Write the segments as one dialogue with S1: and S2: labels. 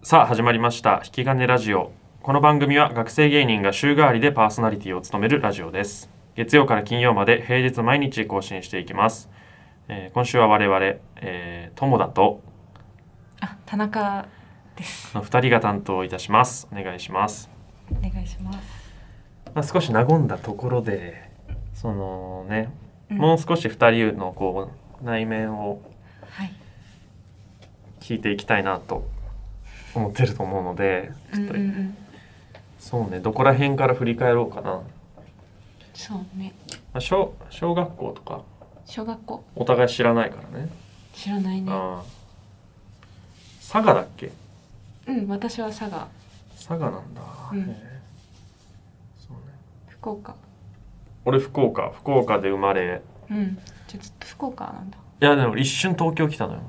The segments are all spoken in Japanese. S1: さあ始まりました「引き金ラジオ」この番組は学生芸人が週替わりでパーソナリティを務めるラジオです月曜から金曜まで平日毎日更新していきます、えー今週は我々、えー、友田と
S2: あ、田中です。
S1: の2人が担当いたしますお願いします、
S2: お願いします。
S1: まあ、少し和んだところでそのね、
S2: うん
S1: もう少し2人のこう内面を
S2: はい。
S1: 聞いていきたいなと思ってると思うので
S2: う
S1: ちょ
S2: ん
S1: っ
S2: う
S1: と
S2: んうん。
S1: そうねどこら辺から振り返ろうかな、ま
S2: そうね。
S1: あ、小小学校とか
S2: 小学校
S1: お互い知らないからね、
S2: 知らないね。
S1: ああ佐賀だっけ
S2: うん、私は佐賀、
S1: 佐賀なんだ、
S2: うん
S1: へえそうね
S2: 福岡。
S1: 俺福岡福岡で生まれ
S2: うん。じゃあずっと福岡なんだ。
S1: いやでも一瞬東京来たのよ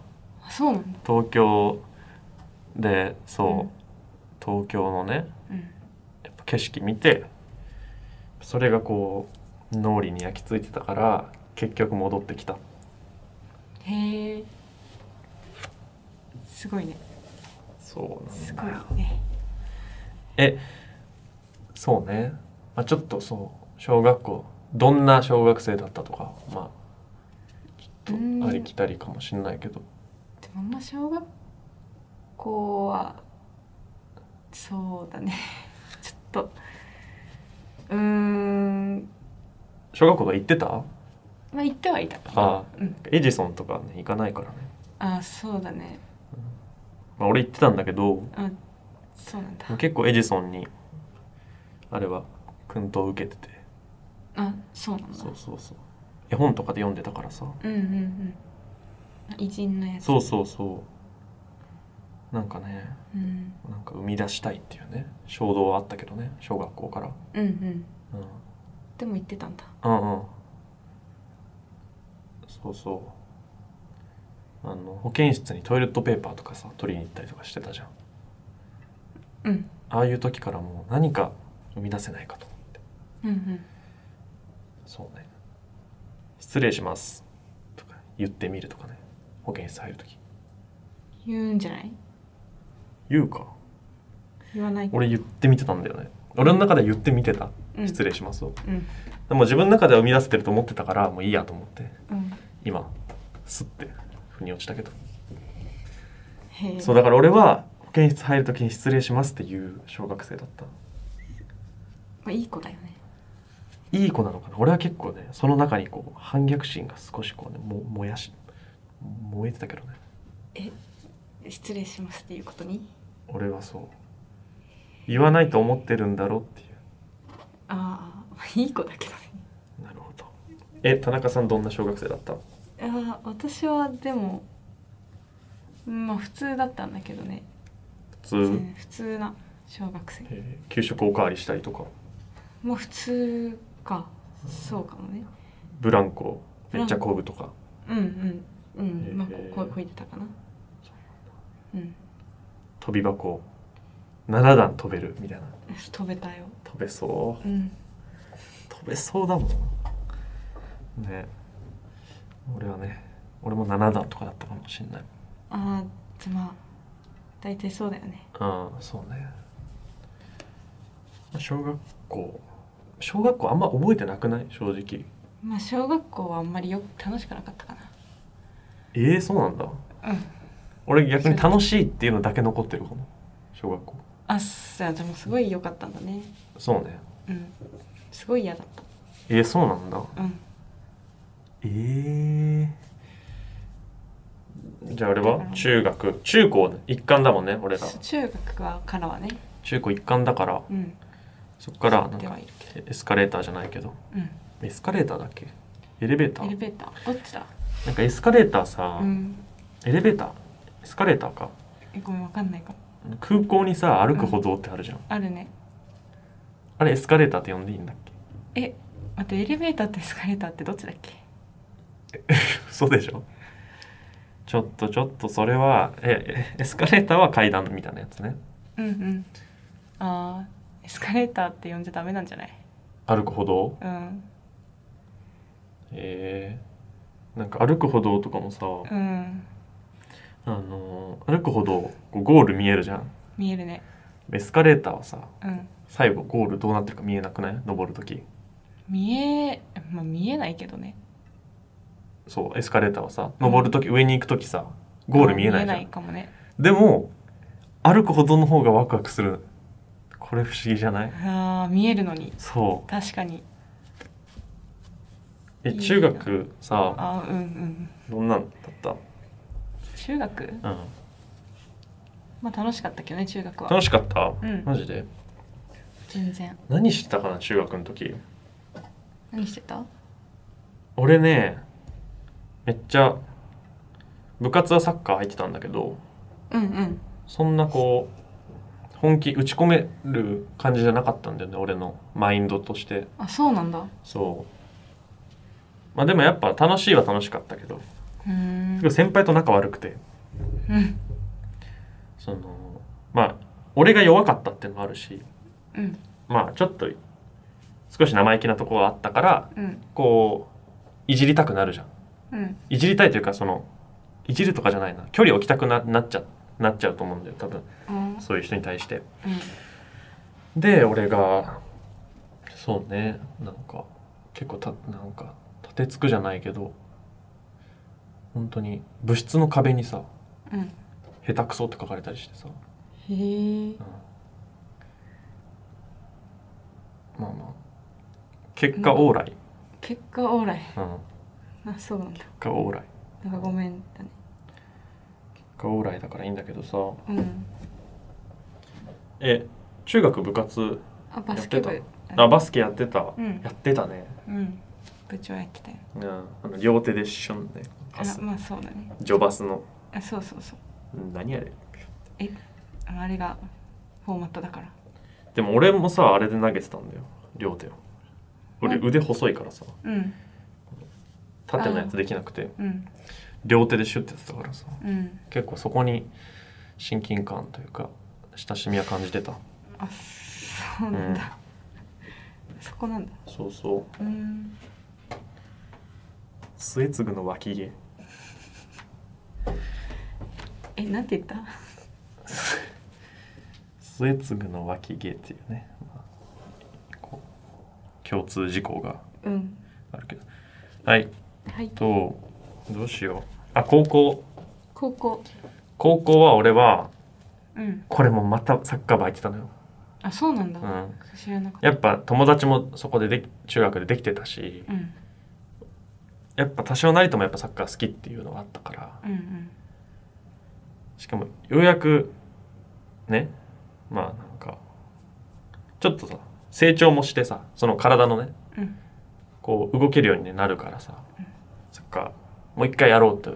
S2: あ、そうなんだ。
S1: 東京でそうう、東京のね
S2: うん。
S1: やっぱ景色見てそれがこう脳裏に焼き付いてたから結局戻ってきた
S2: へえ。すごいね。
S1: そうなんだ
S2: すごいね。
S1: そうね、まあ、ちょっとそう小学校どんな小学生だったとかまあちょ
S2: う
S1: っ
S2: ん
S1: とありきたりかもしれないけど
S2: でも、あんま小学校は。そうだね。 ちょっと。うーん。
S1: 小学校とか行ってた
S2: まあ、行ってはいた。
S1: あ
S2: うん。
S1: エジソンとかね行かないからね、
S2: あ、そうだね。
S1: まあ、俺行ってたんだけど
S2: あ、そうなんだ。
S1: 結構エジソンにあれは薫陶受けてて
S2: あ、そうなんだ。
S1: そうそうそう絵本とかで読んでたからさ
S2: うんうんうんあ偉人のやつ
S1: そうそうそうなんかね
S2: うん、
S1: なんか生み出したいっていうね衝動はあったけどね小学校から、
S2: うんうん
S1: うん、
S2: でも言ってたんだ
S1: うんうんそうそうあの保健室にトイレットペーパーとかさ取りに行ったりとかしてたじゃん
S2: うん
S1: ああいう時からもう何か生み出せないかと思って
S2: うんうん
S1: そうね失礼しますとか言ってみるとかね保健室入る時
S2: 言うんじゃない
S1: 言うか
S2: 言わない
S1: 俺言ってみてたんだよね俺の中で言ってみてた
S2: うん
S1: 失礼しますを、
S2: うん
S1: でも自分の中では生み出せてると思ってたからもういいやと思って
S2: うん
S1: 今スッて腑に落ちたけど
S2: へえ
S1: そうだから俺は保健室入るときに失礼しますっていう小学生だった
S2: まあ、いい子だよね
S1: いい子なのかな俺は結構ねその中にこう反逆心が少しこうねも燃やし燃えてたけどね
S2: 失礼しますっていうことに
S1: 俺はそう言わないと思ってるんだろうってい
S2: ああいい子だけどね
S1: うなるほどえ田中さんどんな小学生だった
S2: ああ私はでもうんまあ普通だったんだけどね
S1: 普通、
S2: うん普通な小学生
S1: えー給食おかわりしたりとか
S2: もう普通かそうかもね
S1: ブランコめっちゃこぐとか、
S2: うんうんうん、まあ
S1: へえ
S2: こここいてたかなうん
S1: 飛び箱7段飛べるみたいな
S2: 飛べたよ
S1: 飛べそう
S2: うん
S1: 飛べそうだもんね俺はね俺も7段とかだったかもしんない
S2: ああじゃあまあ大体そうだよね
S1: うんそうね小学校小学校あんま覚えてなくない正直
S2: まあ小学校はあんまりよく楽しくなかったか
S1: ええそうなんだ
S2: なうん
S1: 俺逆に楽しいっていうのだけ残ってるかも小学校
S2: あじゃあでもすごい良かったんだね
S1: そうね
S2: うんすごい嫌だっ
S1: ええそうなんだ
S2: たうん
S1: ええじゃああれは
S2: うん
S1: 中学中高一貫だもんね俺ら
S2: そう中学はからはね
S1: 中高一貫だから
S2: うん
S1: そっからなん
S2: で
S1: か
S2: はいるけ
S1: エスカレーターじゃないけど
S2: どうん
S1: エスカレーターだっけエレベータ
S2: エレ
S1: ー
S2: ベーターどっちだ
S1: なんかエスカレーターさ、
S2: うん
S1: エレベーターエスカレーターか
S2: えごめんわかんないかも
S1: 空港にさ歩く歩道ってあるじゃん、
S2: あるね
S1: あれエスカレーターって呼んでいいんだっけ
S2: え待ってエレベーターとエスカレーターってどっちだっけ
S1: 嘘でしょちょっとちょっとそれはええエスカレーターは階段みたいなやつね
S2: うんうんあーエスカレーターって呼んじゃダメなんじゃない
S1: 歩く歩道
S2: うん
S1: えー、なんか歩く歩道とかもさ、
S2: うん
S1: あのー歩く歩道こうゴール見えるじゃん
S2: 見えるね
S1: エスカレーターはさ
S2: うん
S1: 最後ゴールどうなってるか見えなくない登る時
S2: 見えまあ見えないけどね
S1: そうエスカレーターはさ登る時、上に行く時さゴール見えないじゃん、
S2: かもね
S1: でも歩くほどの方がワクワクするこれ不思議じゃない
S2: あー見えるのに
S1: そ
S2: 確かに
S1: うえ
S2: いいな
S1: 中学さ
S2: あーうんうん
S1: どんなんだっ
S2: 中学
S1: た、うん、
S2: まあ楽しかったけどね中学は
S1: 楽しかった、
S2: うん
S1: マジで
S2: 全然
S1: 何してたかな中学の時
S2: 何してた
S1: 俺ねめっちゃ部活はサッカー入ってたんだけど
S2: うんうん
S1: そんなこう本気打ち込める感じじゃなかったんだよね俺のマインドとして
S2: あそうなんだう
S1: そうまあでもやっぱ楽しいは楽しかったけど
S2: ーん
S1: 先輩と仲悪くて
S2: うん
S1: そのまあ俺が弱かったっていうのもあるし
S2: うん
S1: まあちょっと少し生意気なところがあったから
S2: うん
S1: こういじりたくなるじゃん
S2: うん
S1: いじりたいというかそのいじるとかじゃないな距離を置きたくななっちゃなっちゃうと思うんだよ多分
S2: うん
S1: そういう人に対してで俺がそうねなんか結構たなんか立てつくじゃないけど本当に部室の壁にさ
S2: うん
S1: 「下手くそ」って書かれたりしてさ、
S2: へえ
S1: うんまあまあ結果オーライ、
S2: 結果オーライ
S1: うん、
S2: あそうなんだ
S1: 結果オーライ
S2: なんかごめんだね
S1: 結果オーライだからいいんだけどさ
S2: うん
S1: え中学部活
S2: あバスケ
S1: や
S2: 部
S1: ってあバスケやってた、
S2: うん
S1: やってたね、
S2: うん部長やってたよ
S1: うん、あの両手でシュンねパ
S2: あ
S1: ス
S2: まあそうだね
S1: ジョバスの
S2: あそうそうそう
S1: うん何あれ
S2: えああれがフォーマットだから
S1: でも俺もさあれで投げてたんだよ両手を俺
S2: うん
S1: 腕細いからさ
S2: うん
S1: 縦のやつできなくて
S2: うん
S1: 両手でシュッてやってたからさ
S2: うん
S1: 結構そこに親近感というか親しみは感じてた、
S2: あそうなんだ、そこなんだ
S1: そうそう
S2: うん
S1: 末継の脇毛
S2: えなんて言った
S1: 末継の脇毛っていうね、まあこう共通事項が
S2: うん
S1: あるけどはい
S2: はい
S1: とどうしようあ高校
S2: 高校
S1: 高校は俺は
S2: うん
S1: これもまたサッカー部入ってたのよ、
S2: あそうなんだ、
S1: うん、
S2: 知らなかった
S1: やっぱ友達もそこででき中学でできてたし
S2: うん
S1: やっぱ多少なりともやっぱサッカー好きっていうのがあったから
S2: うんうん
S1: しかもようやくねまあなんかちょっとさ成長もしてさその体のね
S2: うん
S1: こう動けるようになるからさサッカーもう一回やろうと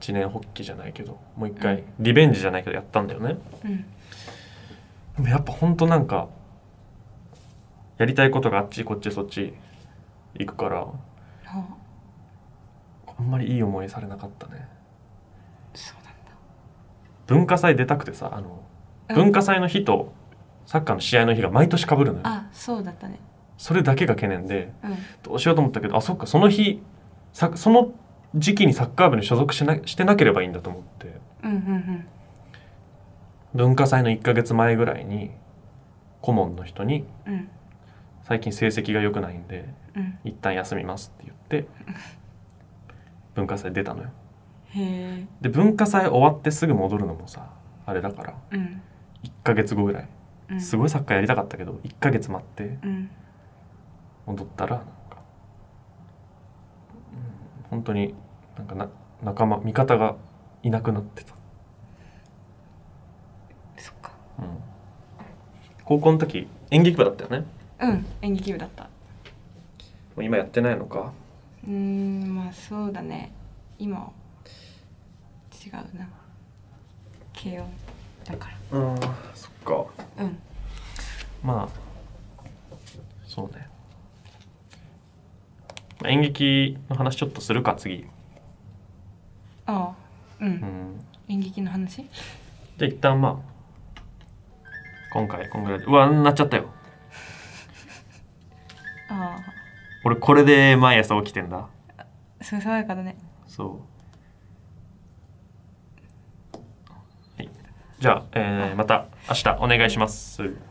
S1: 一年発起じゃないけどもう一
S2: う
S1: 回
S2: ん
S1: リベンジじゃないけどやったんだよね
S2: うん
S1: でもやっぱほんとなんかやりたいことがあっちこっちそっち行くから
S2: あ
S1: あんまりいい思いされなかったね
S2: そうな
S1: 文化祭出たくてさあの
S2: んだ、う
S1: 文
S2: ん、
S1: 化祭の日とサッカーの試合の日が毎年かぶるのよ
S2: あそうだったね
S1: それだけが懸念で
S2: うん
S1: どうしようと思ったけどあそっかその日さその時期にサッカー部に所属しなしてなければいいんだと思って
S2: うんうん
S1: 文化祭の1ヶ月前ぐらいに顧問の人に
S2: うんうん
S1: 「最近成績が良くないんで
S2: うん
S1: 一旦休みます」って言って文化祭出たのよ
S2: へえ
S1: で文化祭終わってすぐ戻るのもさあれだから
S2: うん
S1: 1ヶ月後ぐらい
S2: うん
S1: すごいサッカーやりたかったけど1ヶ月待って
S2: うん
S1: 戻ったらなんか、うん、本当になんかな仲間味方がいなくなってた、
S2: そっか
S1: うん、高校の時演劇部だったよね
S2: うん演劇部だった
S1: もう今やってないのか
S2: うーんまあそうだね今違うな慶応だか
S1: うんそっから
S2: うん
S1: まあそうねまあ演劇の話ちょっとするか次、
S2: ああうん、
S1: うん、
S2: 演劇の話
S1: じゃあ一旦まあ今回こんぐらいでうわなっちゃったよ
S2: あ
S1: 俺これで毎朝起きてんだ
S2: あすごい爽やかだね
S1: そう。はい。じゃあ、えーまた明日お願いします。